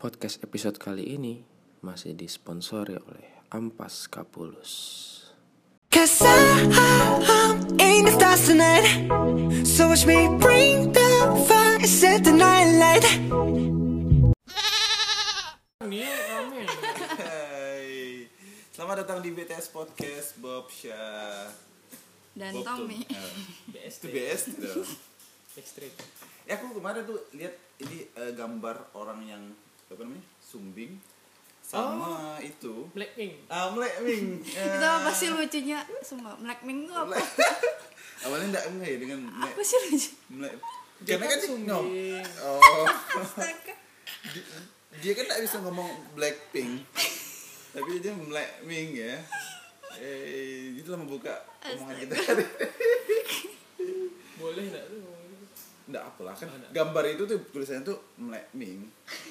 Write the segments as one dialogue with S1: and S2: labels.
S1: Podcast episode kali ini masih disponsori oleh Ampas Kapulus.
S2: Cause I, I, I'm in the stars tonight So watch me bring the fire, set the night light
S3: Hai. Selamat datang di BTS Podcast Bob Syah.
S4: dan
S3: Bob
S4: Tommy
S3: tuh, eh, Itu BS tuh. Ya aku kemarin tuh lihat ini eh, gambar orang yang apa namanya? Sumbing sama itu
S5: Blackpink.
S3: ah Black Wing. Eh,
S4: itu apa sih lucunya sumpah Black Mink tuh apa
S3: Black- Awalnya enggak enggak ya dengan Black.
S4: apa sih lucu
S3: Black-
S5: Dia
S3: Karena
S5: kan
S3: kan sih
S5: sumbing.
S3: no. Oh. Di- dia kan enggak bisa ngomong Blackpink. Tapi dia Black Wing ya. Eh, itulah membuka omongan kita hari ini.
S5: Boleh enggak tuh? ngomong gitu?
S3: Nggak apalah kan
S5: Oh, nggak.
S3: gambar itu tuh tulisannya tuh meleming.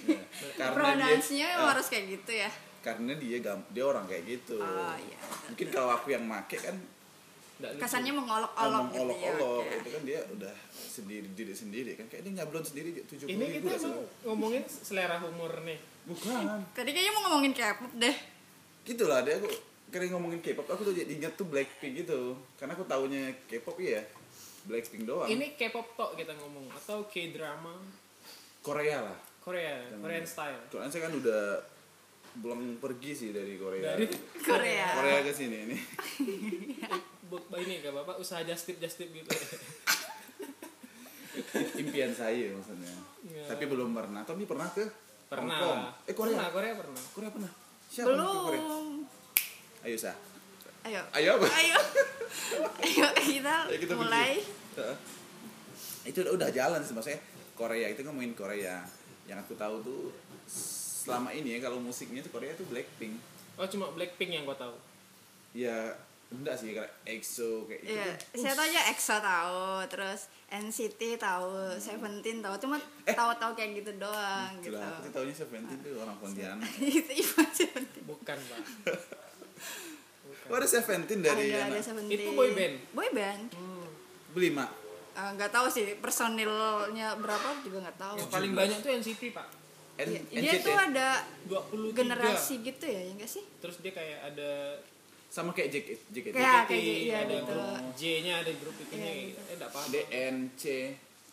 S4: Iya.
S3: Ya.
S4: pronounsnya
S3: ah,
S4: harus kayak gitu ya
S3: karena dia gam- dia orang kayak gitu.
S4: oh iya
S3: Mungkin kalau aku yang make kan
S5: Enggak lucu.
S4: kesannya mengolok-olok
S3: ngomong
S4: gitu ya
S3: olok-olok
S4: oke.
S3: itu kan dia udah sendiri diri sendiri kan kayak dia nyablon sendiri tujuh
S5: ini
S3: puluh ribu
S5: kita
S3: nggak
S5: emang
S3: salah.
S5: ngomongin selera humor nih.
S3: Bukan.
S4: tadi kayaknya mau ngomongin K-pop deh
S3: Gitulah dia aku kering ngomongin K-pop aku tuh jadi inget tuh Blackpink gitu karena aku taunya K-pop iya Blackpink doang.
S5: Ini K-pop tok kita ngomong atau K-drama
S3: Korea lah.
S5: Korea,
S3: Jangan.
S5: Korean style.
S3: Soalnya saya kan udah belum pergi sih dari Korea.
S5: Dari
S4: Korea,
S3: Korea ke sini ini.
S5: Buat ini gak apa-apa usaha justip justip gitu.
S3: impian saya maksudnya
S5: Iya.
S3: tapi belum pernah Tommy pernah ke
S5: pernah.
S3: Hong Kong? eh Korea
S5: Pernah, Korea pernah.
S3: Korea pernah siapa yang ke Korea
S4: belum
S3: ayo sah
S4: ayo
S3: ayo apa
S4: ayo ayo kita,
S3: Ayo kita gitu pikir.
S4: mulai
S3: Heeh. itu udah, udah jalan sih maksudnya Korea itu ngomongin Korea yang aku tahu tuh selama ini ya kalau musiknya tuh Korea tuh Blackpink
S5: Oh cuma Blackpink yang gua tahu.
S3: ya enggak sih kayak EXO kayak gitu
S4: Iya,
S3: tuh.
S4: saya tahu aja EXO tahu, terus NCT tahu, Seventeen tahu, cuma tahu-tahu kayak gitu doang
S3: Eh. Gila,
S4: gitu. Iya.
S3: aku tuh taunya Seventeen tuh orang Pontianak
S4: Itu Ivan Seventeen.
S5: Bukan, Pak.
S3: Oh ada Seventeen dari
S4: ada ada
S3: anak
S4: Seventeen.
S5: Itu boy band?
S4: Boy band.
S3: beli mak
S4: Eh, nggak tahu sih personilnya berapa juga nggak tahu.
S5: Yang paling banyak tuh NCT, Pak.
S3: N-
S4: Iya, Dia
S3: NCT.
S4: tuh ada
S5: 23.
S4: generasi gitu ya, ya nggak sih?
S5: Terus dia kayak ada
S3: sama kayak JKT JKT
S4: Ya,
S5: T,
S4: kayak gitu, iya,
S5: ada
S4: gitu.
S5: grup J-nya, ada grup itunya
S4: Iya,
S5: kayak gitu. Eh enggak paham.
S3: DNC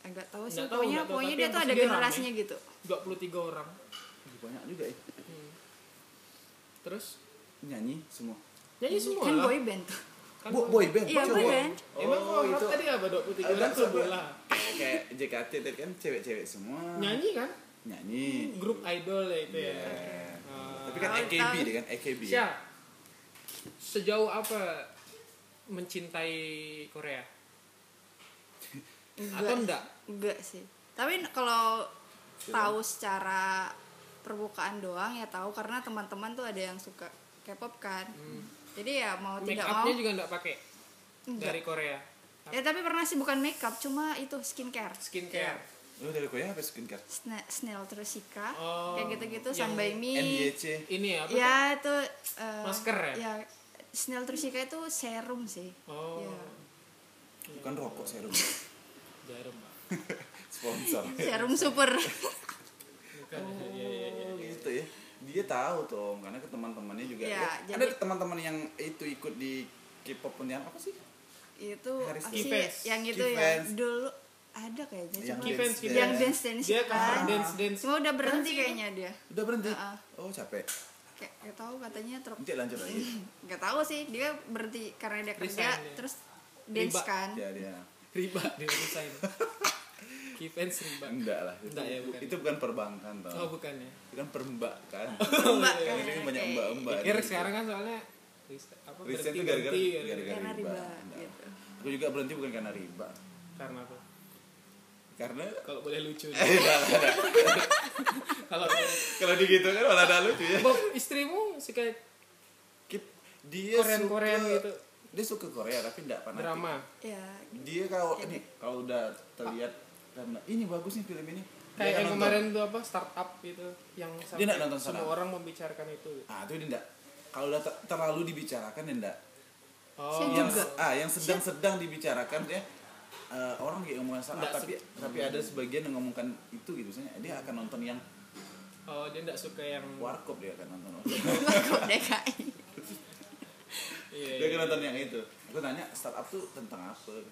S4: Agak Eh, tahu sih. pokoknya
S5: Nggak tahu, nggak tahu,
S4: pokoknya
S5: tapi
S4: dia
S5: yang ya.
S4: tuh ada
S5: pasti dia rame.
S4: generasinya gitu.
S5: 23 orang.
S3: banyak juga ya
S5: Terus
S3: nyanyi semua
S5: nyanyi semua
S4: Kan
S5: lah.
S4: boy band tuh.
S5: Kan
S3: Bo-
S5: boy
S3: boy band
S4: Iya,
S3: cowok.
S4: boy band.
S5: Emang
S3: oh,
S5: kalau
S3: itu Eh,
S5: itu tadi apa 23
S3: Ada
S5: orang
S3: apa?
S5: bola
S3: kayak JKT tadi kan cewek-cewek semua
S5: Nyanyi kan?
S3: nyanyi
S5: Grup idol ya itu
S3: Iya.
S5: ya. Eh,
S3: tapi kan
S4: Oh,
S3: AKB
S4: tahu.
S3: deh kan AKB
S5: Sya, sejauh apa mencintai Korea? Atau enggak?
S4: Enggak sih. Tapi n- kalau tahu secara permukaan doang ya tahu karena teman-teman tuh ada yang suka K-pop kan. Jadi ya mau
S5: Hmm. Make
S4: tidak mau
S5: upnya juga enggak pakai
S4: enggak.
S5: dari Korea.
S4: Ya tapi pernah sih bukan makeup cuma itu skincare.
S5: Skincare.
S3: lu dari Korea apa skincare
S4: Sna- Snail terus Sika
S5: Oh,
S4: kayak gitu-gitu
S5: yang
S4: Sunby Me.
S3: NYC
S5: Ini ya apa?
S4: Ya itu eh,
S5: Masker ya?
S4: Ya Snail terus Sika itu serum sih.
S5: Oh,
S4: Ya.
S3: bukan rokok serum
S5: jarum. Pak.
S3: sponsor
S4: Serum super.
S5: Bukan. Iya, iya, iya.
S3: Oh, gitu ya dia tahu Tom karena ke teman-temannya juga
S4: Iya,
S3: ya. ada
S4: jadi-
S3: teman-teman yang itu ikut di K-pop yang apa sih
S4: itu
S3: Haris
S4: apa sih
S5: Keyfans.
S4: yang itu ya
S3: Keyfans.
S4: dulu ada kayaknya
S3: Yang
S4: cuma
S3: dance
S5: Keyfans,
S3: dance.
S4: yang dance dance
S5: Dia
S4: kan.
S5: cover dance dance.
S4: Cuma udah berhenti kayaknya dia.
S3: udah berhenti
S4: Heeh.
S3: oh capek
S4: Kayak gak tahu katanya ter
S3: nanti lanjut lagi
S4: gak tahu sih dia berhenti karena dia kerja
S5: Resign dia.
S4: terus dance
S5: Riba.
S4: kan.
S3: ya dia
S5: Riba dia desain. Keyfans riba.
S3: enggak lah itu,
S5: Enggak ya, bukan.
S3: itu bukan perbankan Tom
S5: Oh, bukan ya.
S3: itu kan permbakan
S4: Mbak kan.
S3: Ini kan banyak
S4: Oke.
S3: mbak-mbak.
S5: Pikir sekarang kan soalnya rest- apa ya.
S3: Resign itu
S5: berhenti-
S3: gara-gara
S5: berhenti,
S3: gara-gara
S4: Karena
S3: riba.
S4: riba
S3: Enggak.
S4: gitu.
S3: Aku juga berhenti bukan karena riba.
S5: Karena apa?
S3: Karena
S5: Kalau boleh lucu.
S3: Eh, enggak, enggak, enggak.
S5: Kalau
S3: kalau digitu kan malah ada lucu ya.
S5: Bob istrimu suka
S3: Ki- Dia
S5: Korean-
S3: suka
S5: Korean gitu.
S3: Dia suka Korea tapi enggak fanatik.
S5: drama. Iya,
S4: Ya
S3: Dia kalau ini kalau udah terlihat karena ini bagus nih film ini. Dia akan
S5: Kayak yang
S3: nonton.
S5: kemarin tuh apa startup gitu yang sampai
S3: nggak nonton
S5: semua
S3: startup.
S5: orang membicarakan itu.
S3: Ah, itu dia enggak. Kalau udah ter- terlalu dibicarakan dia enggak.
S5: Oh,
S4: Saya
S3: Yang
S4: juga.
S3: se- ah, yang sedang-sedang dibicarakan ya eh, orang kayak ngomongin salah
S5: Enggak
S3: tapi tapi ada sebagian yang ngomongkan itu gitu misalnya dia akan nonton yang
S5: Oh, dia enggak suka yang
S3: warkop dia kan nonton
S4: Warkop DKI.
S5: Iya,
S3: dia
S5: iya,
S3: kan
S5: iya.
S3: nonton yang itu aku tanya startup tuh tentang apa gitu.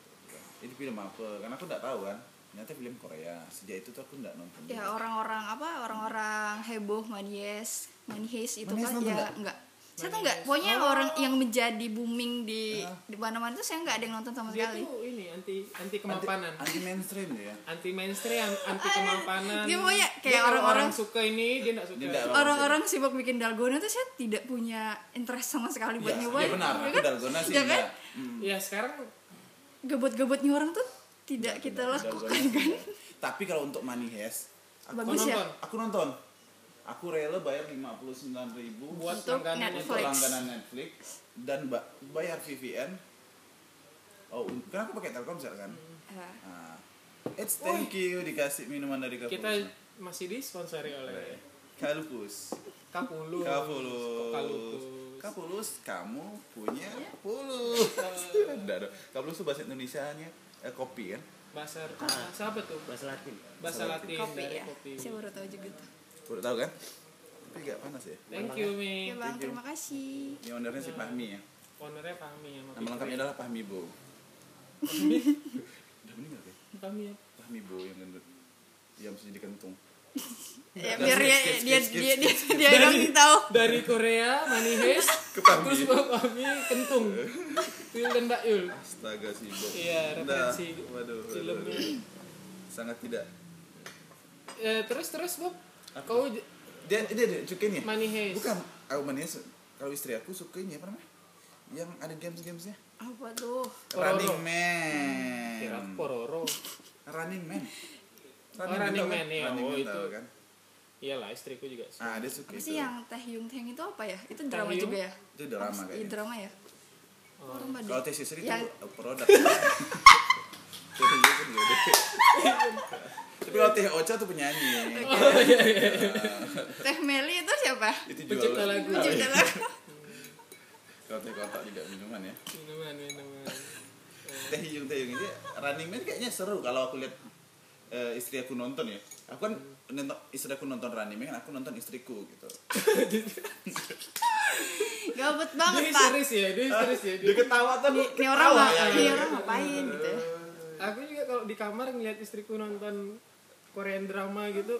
S3: ini film apa karena aku nggak tahu kan ternyata film Korea sejak itu tuh aku nggak nonton
S4: Ya orang-orang apa orang-orang heboh manies manies itu
S3: Manies
S4: kan
S3: nonton
S4: ya
S3: nggak? Oh.
S4: enggak saya tuh enggak pokoknya orang yang menjadi booming di di mana-mana tuh saya enggak ada yang nonton sama
S5: Dia
S4: sekali
S5: tuh ini anti anti
S3: anti,
S5: kemapanan.
S3: anti mainstream dia
S5: Anti mainstream, anti kemapanan.
S4: Dia pokoknya
S5: Dia
S4: kayak
S5: kalau
S4: orang-orang
S5: suka ini dia enggak suka.
S3: Dia nggak suka.
S4: orang-orang sibuk bikin dalgona tuh saya tidak punya interest sama sekali buat
S3: Ya,
S4: nyobain
S3: ya benar,
S4: Ya
S3: aku dalgona sih
S4: ya kan
S3: enggak.
S5: Ya sekarang
S4: gebet-gebetnya orang tuh tidak kita lakukan
S3: Iya, Dalgona.
S4: kan
S3: tapi kalau untuk money heist aku,
S4: bagus ya
S5: nonton.
S3: aku nonton aku rela bayar 59.000
S5: buat
S4: Untuk
S5: langganan
S4: Netflix.
S5: itu.
S3: untuk langganan Netflix dan ba- bayar VPN oh un- kan aku pakai Telkomsel kan
S4: Ya.
S3: nah, it's thank you dikasih minuman dari Kapulus
S5: Kita masih disponsori oleh
S3: Kalupus
S5: Kapulus.
S3: Kapulus.
S5: Kapulus.
S3: Kapulus, kamu punya pulus. Enggak dong. Kapulus itu bahasa Indonesianya eh, kopi kan?
S5: Bahasa bahasa apa tuh?
S6: bahasa Latin
S5: Bahasa Latin
S3: Iya,
S4: kopi
S5: dari
S4: ya
S5: kopi.
S4: saya baru tahu juga tuh
S3: Udah tahu kan? Tapi agak panas ya.
S5: Thank you,
S4: ya
S5: Mi.
S4: bang terima kasih
S3: Ini ownernya si Fahmi ya.
S5: Ownernya Fahmi ya.
S3: Nama lengkapnya adalah Fahmi Bo. Udah meninggal ya?
S5: Fahmi ya.
S3: Fahmi Bo yang gendut. Yang mesti dikentung.
S4: ya
S3: Udah,
S4: biar
S3: skip,
S4: dia
S3: skip,
S4: dia
S3: skip, skip,
S4: dia dia dia yang tahu
S5: Dari Korea, Manihes,
S3: Ke Fahmi.
S5: terus Bang Fahmi kentung. Yul dan Mbak Yul.
S3: Astaga si Bo.
S5: Iya,
S3: Udah.
S5: referensi
S3: Waduh, waduh,
S5: filmnya.
S3: waduh. Sangat tidak.
S5: Eh, terus terus Bob, kau j-
S3: Dia dia dia cukin ya?
S5: Manihes.
S3: Bukan, aku manis. Kalau istri aku suka ini apa namanya? Yang ada games-gamesnya.
S4: apa tuh
S5: Pororo.
S3: Running
S5: Hmm, Kira
S3: Man.
S5: Iya, Pororo.
S3: Running Man.
S5: Oh, Running
S3: tau kan?
S5: Man, iya.
S3: Running
S5: Oh,
S3: Man tau
S5: itu.
S3: kan?
S5: Iyalah, istriku juga. suka.
S3: Ah, dia suka
S4: apa
S3: itu.
S4: sih yang Teh Yung Teng itu apa ya itu drama
S5: Taehyung?
S4: juga ya
S3: Itu drama
S4: Iya
S3: kayaknya.
S4: drama ya Orang Baduy.
S3: Kalau tesis itu
S4: Yang-
S3: produk. Jadi dia kan gede. Tapi kalau Teh Ocha tuh penyanyi.
S4: Teh Meli itu siapa?
S3: Itu
S5: Pencipta
S3: jualan.
S5: lagu.
S4: Lucu kan?
S3: Kalau Teh Kotak juga minuman ya.
S5: Minuman, minuman.
S3: Teh Hijung Teh Hijung ini Running Man kayaknya seru kalau aku lihat eh, istri aku nonton ya. Aku kan nonton istri aku nonton Running Man, aku nonton istriku gitu.
S4: Gabut
S5: Dia
S4: banget pak.
S5: serius ya, dia serius ya.
S3: Dia ketawa tuh.
S4: Ini orang
S3: ketawa
S4: nggak?
S3: ya,
S4: Ini
S3: gitu.
S4: orang ngapain gitu ya?
S5: aku juga kalau di kamar ngeliat istriku nonton Korean drama gitu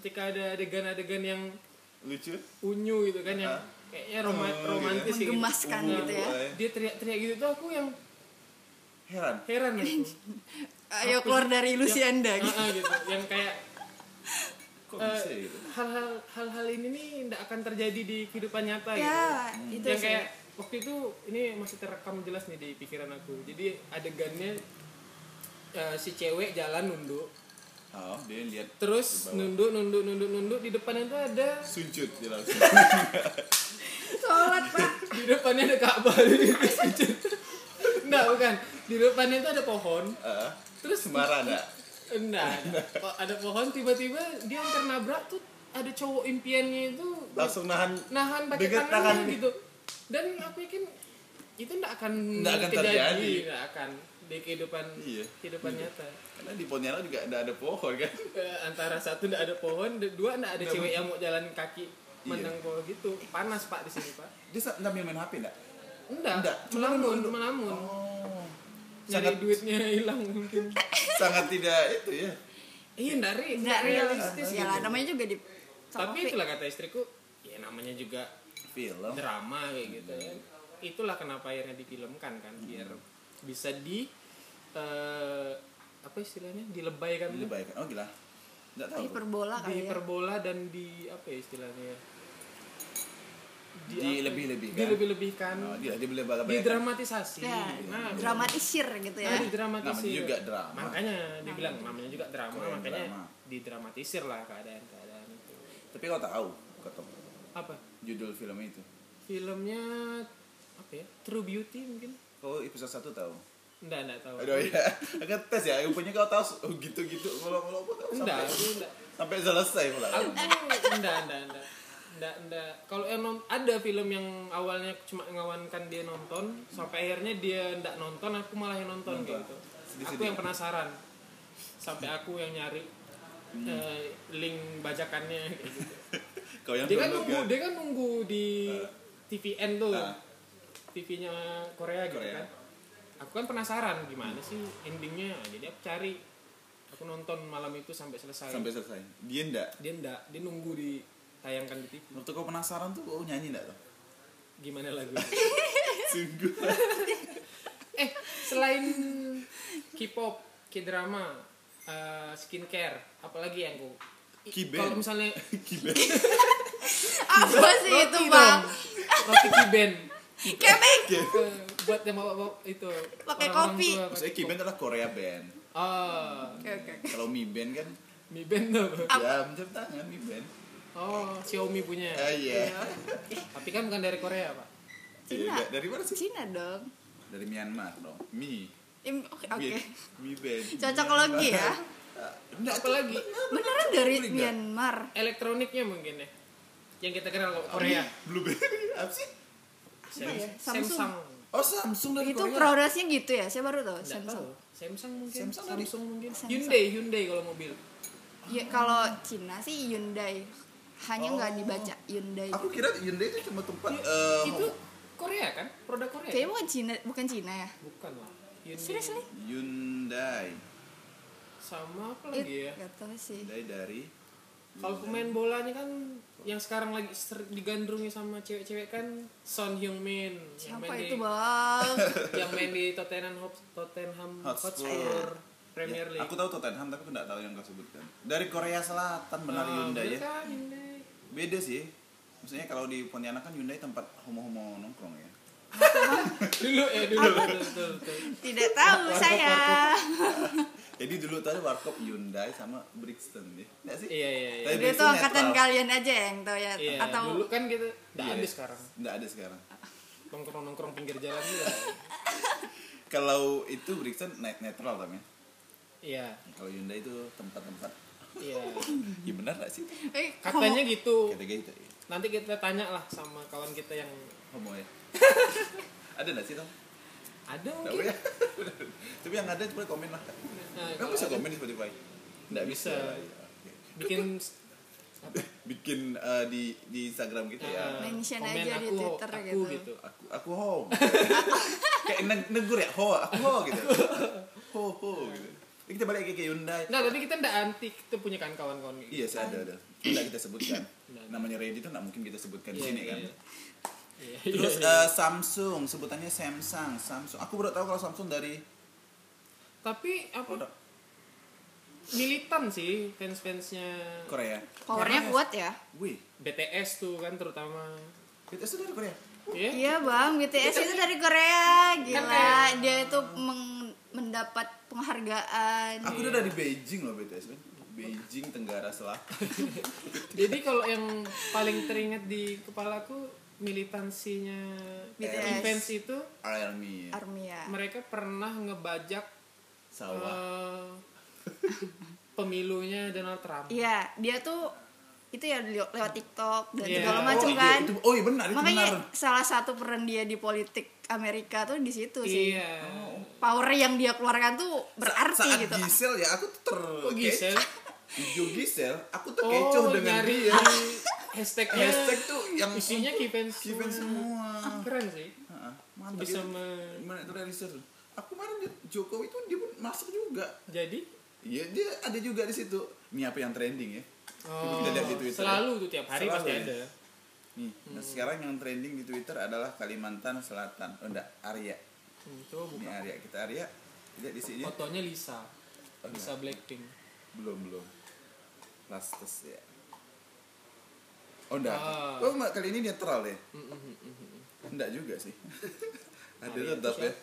S5: ketika ada adegan-adegan yang
S3: Lucu.
S5: unyu gitu kan yang kayaknya
S3: Oh,
S5: roma-
S3: gitu.
S5: romantis gitu.
S4: Menggemaskan
S5: Nah,
S4: gitu ya.
S3: Wah.
S5: dia teriak-teriak gitu tuh aku yang
S3: Heran.
S5: heran gitu
S4: Ayo keluar dari ilusi anda. gitu.
S5: Ah, ah, gitu yang kayak
S3: Kok
S5: eh,
S3: bisa gitu?
S5: hal-hal hal-hal ini nih tidak akan terjadi di kehidupan nyata gitu
S4: Ya itu
S5: yang
S4: sih.
S5: kayak waktu itu ini masih terekam jelas nih di pikiran aku jadi adegannya eh, si cewek jalan nunduk
S3: Oh, dia lihat
S5: terus
S3: Ke bawah.
S5: nunduk nunduk nunduk nunduk di depannya itu ada
S3: suncut dia langsung. Eh,
S4: Sholat pak.
S5: di depannya ada Ka'bah Enggak, bukan di depannya itu ada pohon
S3: Eh,
S5: terus
S3: Semara ada.
S5: enggak po- ada pohon tiba-tiba dia hampir nabrak tuh ada cowok impiannya itu
S3: Langsung nahan
S5: nahan pakai
S3: Dengan
S5: tangannya
S3: tangan.
S5: gitu dan aku yakin itu enggak akan
S3: Nggak akan terjadi.
S5: enggak akan di kehidupan
S3: Iya.
S5: kehidupan nyata
S3: karena di Pontianak juga ada ada pohon kan.
S5: Eh, antara satu enggak ada pohon de- dua enggak ada
S3: Nggak
S5: cewek yang mau jalan kaki
S3: Iya.
S5: menang pohon gitu panas pak di sini pak
S3: Dia sa- sambil main HP enggak?
S5: enggak,
S3: Nggak, cuma
S5: melamun
S3: nunduk.
S5: melamun
S3: Oh.
S5: Nyari
S3: Sangat
S5: duitnya hilang mungkin.
S3: sangat tidak itu ya.
S5: Iya, enggak real,
S4: Nggak
S5: nggak
S4: realistis
S5: realistis. gitu.
S4: ya lah. Namanya juga di.
S5: Tapi itulah kata istriku, ya namanya juga
S3: Film.
S5: drama kayak gitu ya. Itulah kenapa akhirnya difilmkan kan biar bisa di eh, apa istilahnya? dilebaikan
S3: Lebih baik. Oh gila. Enggak tahu.
S4: Hiperbola kali ya.
S5: diperbola dan di apa ya istilahnya? ya?
S3: Di lebih-lebihkan.
S5: Dilebih-lebihkan.
S3: Oh, dia dia boleh balap.
S5: didramatisasi.
S4: Ya,
S5: Nah,
S4: dramatisir gitu ya. Nah, gitu.
S5: Nah, didramatisir.
S3: Namanya juga drama.
S5: Makanya dibilang namanya juga drama,
S3: Korean
S5: makanya
S3: drama.
S5: didramatisir lah keadaan-keadaan itu.
S3: Tapi kau tahu, kau tahu
S5: Apa?
S3: judul film itu.
S5: Filmnya apa ya? True Beauty mungkin?
S3: Kau Oh, episode 1 tahu.
S5: Enggak, enggak tahu.
S3: Aduh ya, agak tes ya. Rupanya kau tahu oh, gitu-gitu ngolong-ngolong kau tahu
S5: Enggak,
S3: sampai,
S5: aku enggak.
S3: sampai selesai pula.
S5: Aku tuh enggak, enggak, enggak. Enggak, enggak. Kalau yang non- ada film yang awalnya cuma ngawankan dia nonton, sampai akhirnya dia enggak nonton, aku malah yang nonton, kayak gitu. Aku
S3: Sedih-sedih.
S5: yang penasaran. Sampai aku yang nyari eh, link bajakannya kayak gitu.
S3: Kau yang
S5: dia kan
S3: download,
S5: nunggu
S3: kan?
S5: dia kan nunggu di TVN tuh
S3: Ah.
S5: TV-nya Korea gitu
S3: Korea.
S5: kan aku kan penasaran gimana sih endingnya jadi aku cari aku nonton malam itu sampai selesai
S3: sampai selesai. Dia enggak.
S5: dia ndak dia nunggu ditayangkan di TV
S3: Waktu kau penasaran tuh kau nyanyi enggak tuh?
S5: gimana lagu Iya.
S3: Sungguh.
S5: eh selain K-pop K-drama eh, skincare apalagi yang aku I-
S3: K-band.
S5: kalau misalnya
S3: Gila.
S4: Apa sih itu,
S5: roti
S4: Bang?
S5: dong roti K-band
S4: Kebek.
S5: Eh, buat yang bawa itu
S4: Pakai kopi.
S3: Maksudnya K-band adalah Korea band.
S5: ah
S4: Oke, oke.
S3: Kalau Mi band kan
S5: Mi Band tuh.
S3: ya jam tangan Mi band.
S5: Oh, Xiaomi punya.
S3: Ah iya.
S5: Tapi kan bukan dari Korea, Pak.
S4: Cina.
S3: Iya, Dari mana sih?
S4: Cina dong.
S3: Dari Myanmar dong. Mi.
S4: Im- Oke, oke.
S3: Band. Mi band.
S4: Cocok lagi ya.
S3: Enggak tuh.
S5: Apalagi
S4: Beneran dari
S3: Boleh nggak?
S4: Myanmar.
S5: elektroniknya mungkin ya. Yang kita kenal kok,
S4: Oh,
S5: Korea.
S4: iya.
S3: Blueberry apa sih?
S5: Samsung.
S4: ya? Samsung.
S5: Samsung.
S3: Oh Samsung dari
S4: Itu
S3: Korea.
S4: progresnya gitu ya. Saya baru tahu
S5: Nggak tahu.
S4: Samsung.
S5: Samsung mungkin.
S3: Samsung
S5: Samsung,
S3: tadi.
S5: mungkin.
S4: Samsung.
S5: Hyundai, Hyundai kalau mobil.
S4: Ya, kalau Cina sih Hyundai. Hanya nggak
S5: Oh.
S4: dibaca Hyundai.
S3: Aku kira Hyundai itu cuma tempat eh,
S5: itu Korea kan? Produk Korea.
S4: Oh. Kayaknya bukan Cina, bukan Cina ya.
S5: Bukan lah. Hyundai.
S4: Serius ya? nih?
S3: Hyundai.
S5: Sama apa
S4: Eh,
S5: lagi ya?
S4: nggak tahu sih.
S3: Hyundai dari
S5: Kalau pemain bolanya kan yang sekarang lagi ser- digandrungi sama cewek-cewek kan Son Heung-min yang
S4: Siapa
S5: main
S4: itu
S5: di-
S4: bang?
S5: yang main di Tottenham Hot- Tottenham
S3: Hotspur.
S5: Hotspur
S3: Ya,
S5: Premier League.
S3: aku tahu Tottenham tapi aku nggak tahu yang kau sebutkan. Dari Korea Selatan benar
S4: Oh,
S5: Ah,
S3: Hyundai ya.
S5: bener kan, Hyundai.
S3: Beda sih. Maksudnya kalau di Pontianak kan Hyundai tempat homo-homo nongkrong ya.
S5: Dulu ya dulu. betul, betul, betul.
S4: Tidak tahu saya.
S3: Jadi dulu tadi warkop Hyundai sama Brixton ya. Nggak sih?
S5: Iya iya iya.
S3: Tapi
S4: Itu
S3: Brixton
S4: angkatan
S3: netral.
S4: kalian aja yang tahu ya.
S5: Iya,
S4: Atau
S5: dulu kan kita enggak
S3: Iya.
S5: ada sekarang.
S3: Nggak ada sekarang.
S5: Nongkrong-nongkrong pinggir jalan juga.
S3: Kalau itu Brixton net netral tapi. ya.
S5: Iya.
S3: Kalau Hyundai itu tempat-tempat.
S5: Iya.
S3: Ya benar nggak sih?
S4: eh,
S5: Katanya gitu.
S3: Kata gitu ya.
S5: Nanti kita tanya lah sama kawan kita yang
S3: Homo ya. ada nggak sih Tom?
S5: ada
S3: Nggak
S5: mungkin.
S3: ya. Tapi yang ada boleh komen lah.
S5: Nah,
S3: Emang bisa komen di Spotify? Nggak bisa.
S5: Bisa.
S3: Ya, oke.
S5: bikin
S3: bikin eh, di di Instagram gitu ya.
S5: eh,
S4: Mention
S5: komen
S4: aja di
S5: aku,
S4: Twitter
S5: aku
S4: gitu.
S5: gitu.
S3: Aku aku home. Kayak neg- negur ya, ho, aku ho gitu. Ho ho gitu. Jadi kita balik ke ke Hyundai.
S5: Nah, tapi kita enggak anti kita punya kan kawan-kawan gitu.
S3: Iya, saya ada ada. Tidak kita sebutkan.
S5: Nggak.
S3: Namanya Ready itu nggak mungkin kita sebutkan di
S5: Nah, Iya,
S3: sini
S5: iya,
S3: kan.
S5: iya. Iya,
S3: Terus
S5: iya, iya.
S3: eh, Samsung, sebutannya Samsung, Samsung. Aku baru tahu kalau Samsung dari
S5: tapi apa
S3: produk
S5: militan sih fans-fansnya
S3: Korea.
S4: powernya
S5: Iya.
S4: kuat ya.
S3: Wih,
S5: BTS tuh kan terutama.
S3: kita sudah dari Korea.
S5: Iya. Kan
S4: Iya bang, BTS itu dari Korea,
S5: kayak-
S4: gila. Dia itu meng- mendapat penghargaan.
S3: Aku udah dari Beijing loh BTS kan. Beijing Tenggara Selatan.
S5: Jadi kalau yang paling teringat di kepalaku militansinya
S4: BTS.
S5: fans itu
S3: Army,
S4: Army ya.
S5: mereka pernah ngebajak
S3: sawah.
S4: Oh.
S5: eh, pemilunya Donald Trump.
S4: Iya, dia tuh itu ya le- lewat TikTok dan
S5: Iya.
S4: segala
S5: Oh,
S4: macam
S3: iya,
S4: kan.
S3: itu- oh iya benar, itu
S4: Makanya
S3: benar.
S4: salah satu peran dia di politik Amerika tuh di situ sih.
S5: Iya.
S3: Oh,
S4: Power yang dia keluarkan tuh berarti
S3: saat
S4: gitu.
S3: Gisel ya aku tuh ter
S5: Kok Gisel?
S3: video Gisel aku tuh kecoh
S5: ya. Oh,
S3: dengan
S5: nyari
S3: dia
S5: hashtag
S3: hashtag tuh yang
S5: isinya Ah, K-fans
S3: K-fans semua
S5: Keren sih.
S3: Heeh, mantap
S5: Bisa
S3: itu.
S5: me-
S3: gimana itu dari research aku kemarin liat Jokowi tuh dia pun masuk juga
S5: Jadi
S3: Iya dia ada juga di situ ini apa yang trending ya
S5: oh,
S3: Kita lihat di Twitter. ya.
S5: selalu tuh tiap hari
S3: Selalu
S5: pasti
S3: ya.
S5: ada.
S3: nih
S5: Hmm.
S3: nah sekarang yang trending di Twitter adalah Kalimantan Selatan oh enggak Arya
S5: Hmm, Coba
S3: ini
S5: buka
S3: Arya kita Arya lihat di sini
S5: fotonya Lisa.
S3: Oh,
S5: Lisa Blackpink.
S3: belum belum Lastes ya oh enggak
S5: Ah. Hmm,
S3: oh enggak kali ini netral deh enggak juga sih ada
S5: Arya
S3: tetap
S5: itu
S3: ya
S5: siapa? Eh.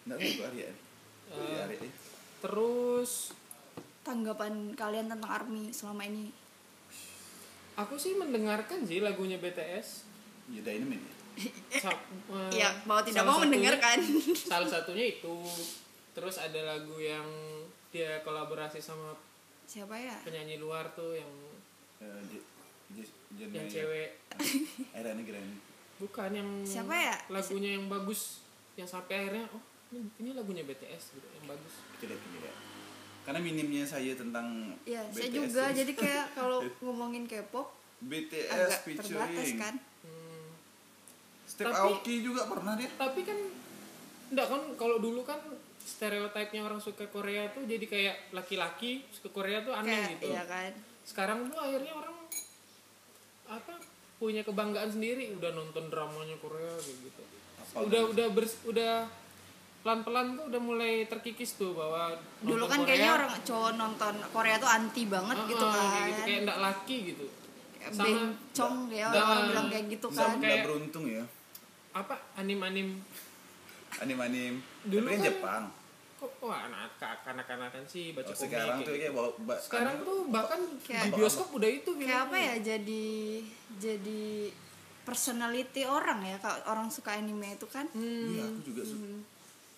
S3: enggak tahu Arya Iya, Arya ya.
S5: Terus
S4: Tanggapan kalian tentang Army selama ini?
S5: aku sih mendengarkan sih lagunya BTS.
S3: ya dynamite ya.
S5: Sa- eh,
S4: Iya, mau tidak
S5: salah
S4: mau
S5: satunya-
S4: mendengarkan.
S5: Salah satunya itu. Terus ada lagu yang dia kolaborasi sama
S4: Siapa ya?
S5: penyanyi luar tuh yang
S3: Eh, J- J- Jen- Maya.
S4: Iya.
S5: yang cewek.
S3: Era ini keren
S5: Bukan yang
S4: Siapa ya?
S5: Lagunya yang bagus yang sampai akhirnya oh ini, ini lagunya BTS gitu yang bagus.
S3: kita lihat kita lihat. karena minimnya saya tentang
S4: Ya, saya
S3: BTS
S4: juga.
S3: ini.
S4: Jadi kayak kalau ngomongin K-pop,
S3: BTS
S4: agak terbatas
S3: featuring
S4: kan
S3: Step
S5: Tapi-
S3: Aoki juga pernah dia
S5: tapi kan enggak kan kalau dulu kan stereotipnya orang suka Korea tuh jadi kayak laki-laki suka Korea tuh aneh
S4: kayak
S5: gitu
S4: iya kan
S5: sekarang tuh akhirnya orang apa punya kebanggaan sendiri udah nonton dramanya Korea kayak gitu udah udah bers- udah pelan-pelan tuh udah mulai terkikis tuh bahwa
S4: dulu
S5: nonton
S4: kan
S5: Korea,
S4: kayaknya orang cowok nonton Korea tuh anti banget
S5: "Ah,
S4: gitu
S5: ah,"
S4: kan
S5: kayak gitu, kayak enggak laki gitu
S4: Kayak
S5: sama-
S4: bencong ya orang
S5: Nah.
S4: bilang kayak gitu
S3: nggak
S4: kan
S3: nggak
S5: kayak-
S3: beruntung ya
S5: apa anim-anim
S3: anim-anim
S5: Dulu
S3: tapi kan
S5: kan-
S3: Jepang
S5: kok wah anak kanak-kanakan sih baca
S3: Oh,
S5: komik
S3: sekarang
S5: kayak
S3: tuh
S5: gitu.
S3: kayak bawa ba-
S5: sekarang tuh bahkan
S4: Kayak-
S5: di bioskop udah itu gitu
S4: kayak apa ya jadi jadi personality orang ya kalau orang suka anime itu kan
S3: iya aku juga suka
S5: Hmm.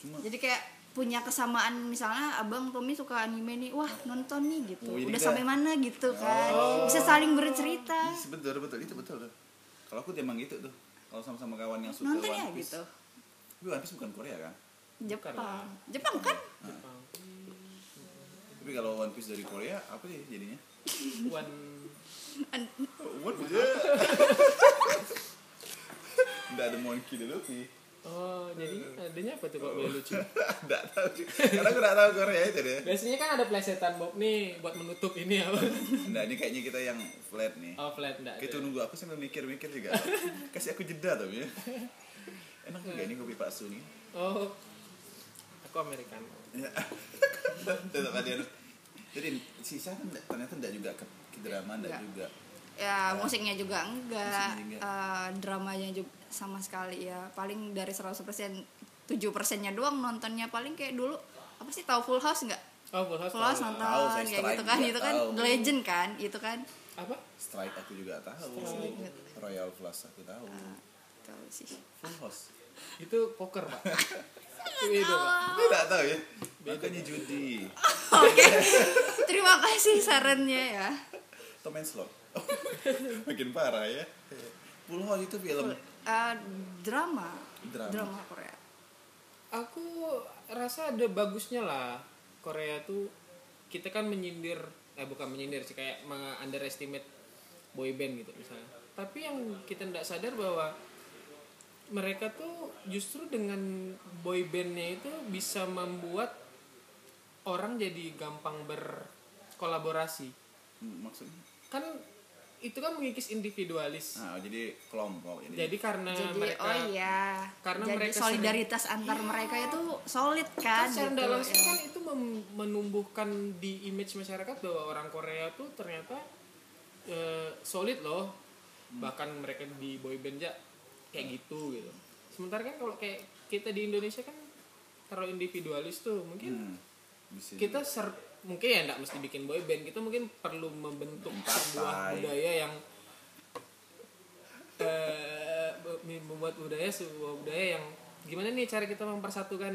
S3: cuma
S5: Ya.
S4: jadi kayak punya kesamaan misalnya abang Tommy suka anime nih wah nonton nih gitu
S3: Oh, ini
S4: udah
S3: dah.
S4: sampai mana gitu kan bisa saling bercerita
S3: Iya, betul betul itu betul tuh. kalau aku emang gitu tuh kalau sama-sama kawan yang suka
S4: nonton ya
S3: One Piece
S4: gitu
S3: tapi One Piece bukan Korea kan
S4: Jepang Jepang kan
S3: tapi kalau One Piece dari Korea apa sih jadinya
S5: one
S4: An-
S3: One Piece ya. nggak ada monkey di Luffy
S5: oh jadi adanya apa tuh kok boleh lucu
S3: nggak tahu sih karena aku nggak tahu Korea itu deh
S5: biasanya kan ada plesetan Bob nih buat menutup ini apa
S3: nah ini kayaknya kita yang flat nih
S5: oh flat enggak
S3: Kayak tuh nunggu aku sambil mikir-mikir juga. Kasih aku jeda tapi ya. Enak juga nih kopi palsu nih.
S5: oh aku Americano
S3: Ya. Tetap ada yang- Jadi sisa kan nggak- ternyata enggak juga ke, ke drama enggak
S4: Nggak.
S3: juga.
S4: ya musiknya juga
S3: Iya.
S4: enggak
S3: Musiknya
S4: Eh, dramanya juga sama sekali ya paling dari 100% 7 persennya doang nontonnya paling kayak dulu apa sih tahu Full House nggak
S5: oh full house,
S4: Full House
S5: tahu.
S4: nonton
S3: Tahu, saya
S4: kayak gitu
S3: Strike
S4: kan
S3: juga
S4: itu kan
S3: tahu.
S4: legend kan itu kan
S5: apa
S3: Strike aku juga tahu. Royal Plus aku tahu.
S5: Ah.
S4: tahu sih
S3: Full House.
S5: itu poker pak itu itu pak
S3: Aku enggak tahu ya. Makanya judi.
S4: terima kasih sarannya ya
S3: Tom and Slot. Makin parah ya. Full House itu film
S4: Eh, drama.
S3: Drama.
S4: Korea
S5: aku rasa ada bagusnya lah Korea tuh kita kan menyindir eh bukan menyindir sih kayak meng- underestimate boy band gitu misalnya tapi yang kita tidak sadar bahwa mereka tuh justru dengan boy bandnya itu bisa membuat orang jadi gampang berkolaborasi
S3: Hmm, maksudnya.
S5: kan itu kan mengikis individualis
S3: Nah, jadi kelompok ini.
S5: jadi karena
S4: jadi
S5: Nah, mereka kan
S4: oh iya
S5: karena
S4: jadi
S5: mereka sering- Iya.
S4: solidaritas antar mereka itu solid kan
S5: secara
S4: gitu,
S5: nggak langsung
S4: ya.
S5: kan itu mem- menumbuhkan di image masyarakat bahwa orang Korea tuh ternyata eh, solid loh bahkan mereka di boyband aja kayak gitu gitu sementara kan kalau kayak kita di Indonesia kan terlalu individualis tuh
S3: Hmm,
S5: mungkin
S3: bisa
S5: Iya. kita ser- mungkin ya nggak mesti bikin boyband kita mungkin perlu membentuk
S3: Partai.
S5: sebuah budaya yang eh, be- membuat budaya sebuah budaya yang gimana nih cara kita mempersatukan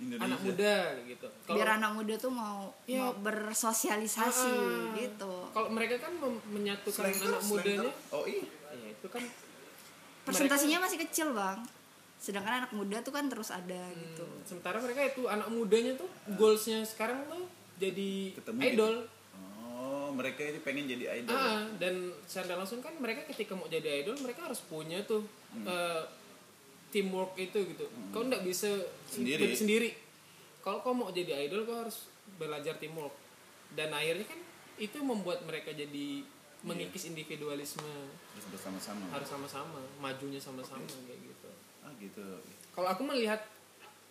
S3: Indonesia.
S5: anak muda gitu
S4: biar anak muda tuh mau
S5: Ya.
S4: mau bersosialisasi
S5: Ah.
S4: gitu
S5: kalau mereka kan mem- menyatukan
S3: Slanker,
S5: anak mudanya
S3: slanker. Oh iya.
S5: ya itu kan
S4: persentasinya masih kecil bang sedangkan anak muda tuh kan terus ada
S5: Hmm.
S4: gitu
S5: sementara mereka itu anak mudanya tuh goalsnya sekarang tuh jadi
S3: Ketemu gitu.
S5: idol
S3: Oh, mereka itu pengen jadi idol. ya?
S5: Ah, dan secara langsung kan mereka ketika mau jadi idol mereka harus punya tuh
S3: Hmm.
S5: eh, teamwork itu gitu kau nggak bisa
S3: Sendiri.
S5: hidup sendiri kalau kau mau jadi idol kau harus belajar teamwork dan akhirnya kan itu membuat mereka jadi mengikis
S3: Iya.
S5: individualisme
S3: Terus bersama-sama.
S5: harus sama-sama majunya sama-sama kayak gitu
S3: Ah gitu.
S5: kalau aku melihat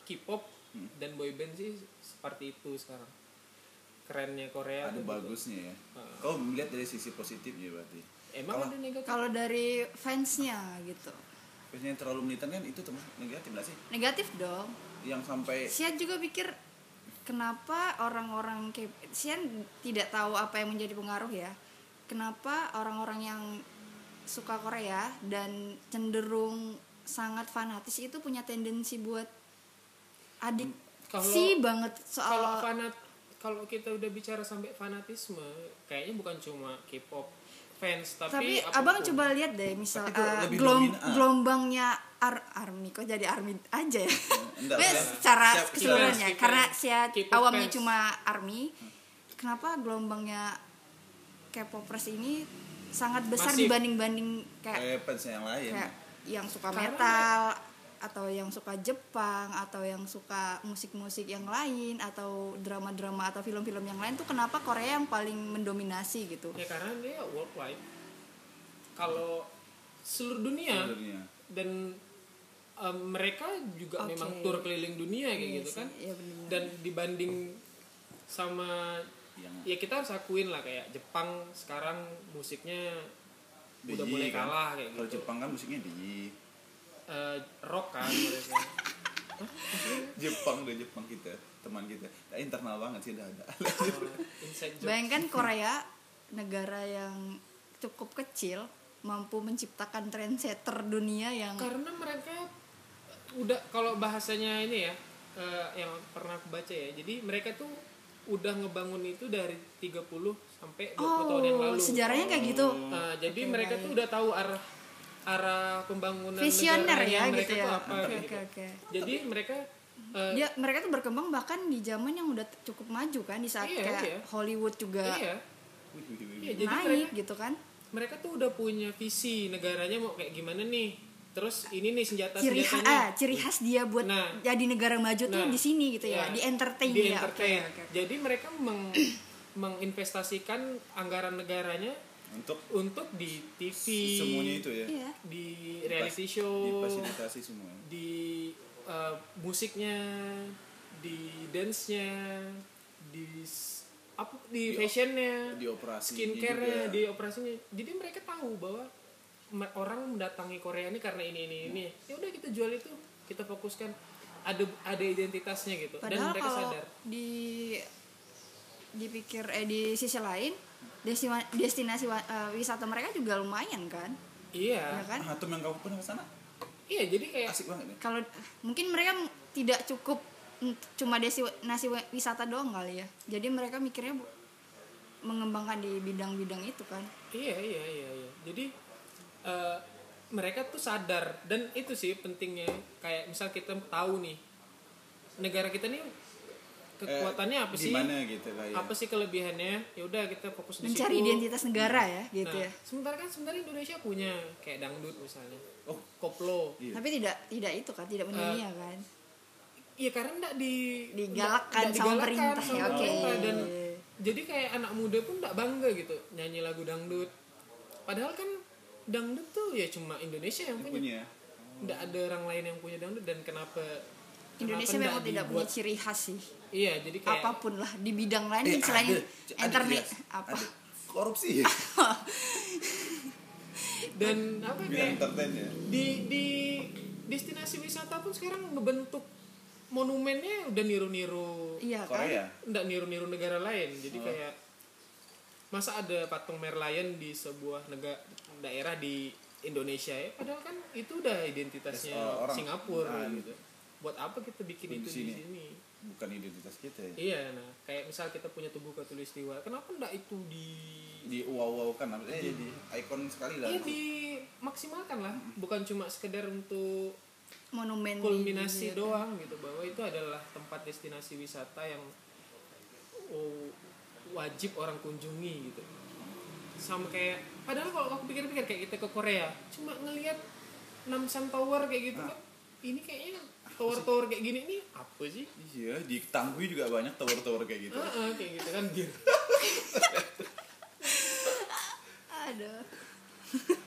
S5: K-pop
S3: Hmm.
S5: dan boyband sih seperti itu sekarang kerennya Korea
S3: Ada
S5: tuh gitu.
S3: bagusnya ya. Kau melihat dari sisi positifnya berarti.
S5: emang
S3: Kalau-
S5: ada negatif
S4: kalau dari fansnya gitu
S3: Biasanya yang terlalu militan kan itu termasuk negatif nggak sih?
S4: negatif dong
S3: Yang
S5: Eh.
S3: sampai
S4: Sian juga pikir kenapa orang-orang K- Sian tidak tahu apa yang menjadi pengaruh ya kenapa orang-orang yang suka Korea dan cenderung sangat fanatis itu punya tendensi buat adik
S5: Kalau-
S4: sih banget
S5: kalau
S4: soal
S5: fanat kalau kita udah bicara sampai fanatisme kayaknya bukan cuma K-pop fans
S4: tapi
S5: tapi,
S4: abang
S5: apapun.
S4: coba lihat deh misal
S3: Tapi kalau
S4: eh,
S3: lebih
S4: gelom-
S3: dominan. ah.
S4: gelombangnya ar army kok jadi army aja ya
S3: Eh, enggak,
S4: Wes,
S3: enggak.
S4: secara
S3: Siap,
S4: keseluruhannya
S5: siap.
S4: karena saya
S5: K-pop
S4: awamnya
S5: fans.
S3: Hmm.
S4: cuma army kenapa gelombangnya K-popers ini sangat besar
S5: Masif.
S4: dibanding-banding kayak
S5: Ya.
S3: kayak eh, fans yang lain Iya.
S4: kayak yang suka
S5: Karena-
S4: metal atau yang suka Jepang atau yang suka musik-musik yang lain atau drama-drama atau film-film yang lain tuh kenapa Korea yang paling mendominasi gitu
S5: ya karena dia worldwide kalau seluruh dunia
S3: sebenarnya
S5: dan em, mereka juga
S4: Oke.
S5: memang tur keliling dunia kayak
S4: Iya
S5: gitu
S4: sih,
S5: kan
S4: iya bener.
S5: dan dibanding sama
S3: yang
S5: ya kita harus akuin lah kayak Jepang sekarang musiknya udah
S3: DJ,
S5: mulai
S3: kan.
S5: kalah kayak
S3: kalau
S5: gitu
S3: Jepang kan musiknya di
S5: Eh, rock kan mereka.
S3: Jepang deh Jepang kita teman kita Nah, internal banget sih dah ada
S5: Eh, inside joke.
S4: bayangkan Korea negara yang cukup kecil mampu menciptakan trendsetter dunia yang
S5: karena mereka udah kalau bahasanya ini ya eh, yang pernah aku baca ya jadi mereka tuh udah ngebangun itu dari 30 sampai 20 tahun yang
S4: oh
S5: lalu
S4: sejarahnya kayak gitu
S5: Nah, jadi mereka tuh udah tahu arah arah pembangunan
S4: visioner
S5: negaranya
S4: ya
S5: mereka
S4: gitu ya
S5: tuh apa
S4: oke
S5: kayak
S4: oke
S5: gitu.
S4: oke
S5: jadi mereka eh,
S4: Dia- mereka tuh berkembang bahkan di zaman yang udah cukup maju kan di saat
S5: Iya,
S4: kayak
S5: iya.
S4: Hollywood juga
S5: iya
S3: Wih, wih, wih,
S5: iya
S3: wih.
S5: jadi mereka
S4: naik gitu kan
S5: mereka tuh udah punya visi negaranya mau kayak gimana nih terus ini nih senjata
S4: ciri khas ah,
S5: senjatanya
S4: ciri khas dia buat
S5: Nah.
S4: jadi negara maju tuh
S5: Nah.
S4: di sini gitu ya,
S5: Ya.
S4: di entertain
S5: di
S4: ya oke,
S5: entertain.
S4: oke, oke.
S5: jadi mereka meng- menginvestasikan anggaran negaranya
S3: untuk
S5: untuk di TV
S3: semuanya itu ya
S4: iya
S5: di reality show
S3: difasilitasi semua
S5: di eh, musiknya, di dance-nya, di s- apa
S3: Di op-
S5: di, fashionnya,
S3: di operasi
S5: skincare-nya,
S3: juga.
S5: di operasinya. Jadi mereka tahu bahwa me- orang mendatangi Korea ini karena ini ini ini. Ya udah kita jual itu, kita fokuskan ada ada identitasnya gitu
S4: padahal
S5: dan mereka
S4: kalau
S5: sadar.
S4: di dipikir eh di sisi lain destinasi destinasi wa- eh, wisata mereka juga lumayan kan
S5: Iya.
S4: ya kan
S3: Hatum Ah, yang kamu pernah ke sana
S5: Iya, jadi kayak
S3: asik banget ya
S4: kalau mungkin mereka m- tidak cukup mm, cuma destinasi wi- wisata doang kali ya jadi mereka mikirnya bu- mengembangkan di bidang-bidang itu kan
S5: Iya iya iya iya. Jadi eh, mereka tuh sadar dan itu sih pentingnya kayak misal kita tahu nih negara kita nih kekuatannya apa sih?
S3: gimana gitu lah ya
S5: Apa sih kelebihannya? Ya udah kita fokus di
S4: mencari
S5: situ.
S4: identitas negara ya gitu
S5: Nah,
S4: ya
S5: sementara kan sebenarnya Indonesia punya kayak dangdut misalnya.
S3: Oh.
S5: koplo.
S3: Iya.
S4: tapi tidak tidak itu kan
S5: Eh,
S4: tidak mendunia kan
S5: Iya karena enggak di
S4: Digalakkan
S5: nggak
S4: sama
S5: digalakkan
S4: perintah ya,
S5: sama
S4: oke.
S5: pemerintah. dan jadi kayak anak muda pun enggak bangga gitu nyanyi lagu dangdut. Padahal kan dangdut tuh ya cuma Indonesia yang punya.
S3: punya
S5: nggak ada orang lain yang punya dangdut dan kenapa
S4: Indonesia
S5: kenapa
S4: memang
S5: nggak
S4: tidak punya
S5: dibuat-
S4: ciri khas sih
S5: iya jadi kayak Eh,
S4: apapun lah di bidang lain kan selain
S3: Eh, ada, ada,
S4: internet
S3: Jas.
S4: apa
S3: Ada. korupsi ya
S5: dan apa
S4: Iya.
S3: biar
S5: kayak
S3: entertain ya
S5: di di destinasi wisata pun sekarang ngebentuk monumennya udah niru-niru
S4: iya kan
S3: Korea
S5: nggak niru-niru negara lain jadi
S3: Oh.
S5: kayak masa ada patung merlion di sebuah negara daerah di Indonesia ya padahal kan itu udah identitasnya
S3: Yes, orang.
S5: Singapura
S3: Nah,
S5: gitu buat apa kita bikin
S3: Di
S5: itu
S3: sini.
S5: di sini
S3: bukan identitas kita ya
S5: Iya, nah kayak misal kita punya tubuh katulistiwa, kenapa ndak itu di
S3: di wow kan eh jadi ikon sekali lah
S5: Iya dimaksimalkan lah, bukan cuma sekedar untuk
S4: monumen di- di-
S5: kulminasi doang gitu bahwa itu adalah tempat destinasi wisata yang oh, wajib orang kunjungi gitu. Sama kayak padahal kalau aku pikir-pikir kayak kita ke Korea, cuma ngelihat Namsan Tower kayak gitu kan. Ini kayaknya tower-tower kayak gini ini apa sih?
S3: iya di Tangguh juga banyak tower-tower kayak gitu
S5: Heeh, kayak gitu kan dia.
S4: aduh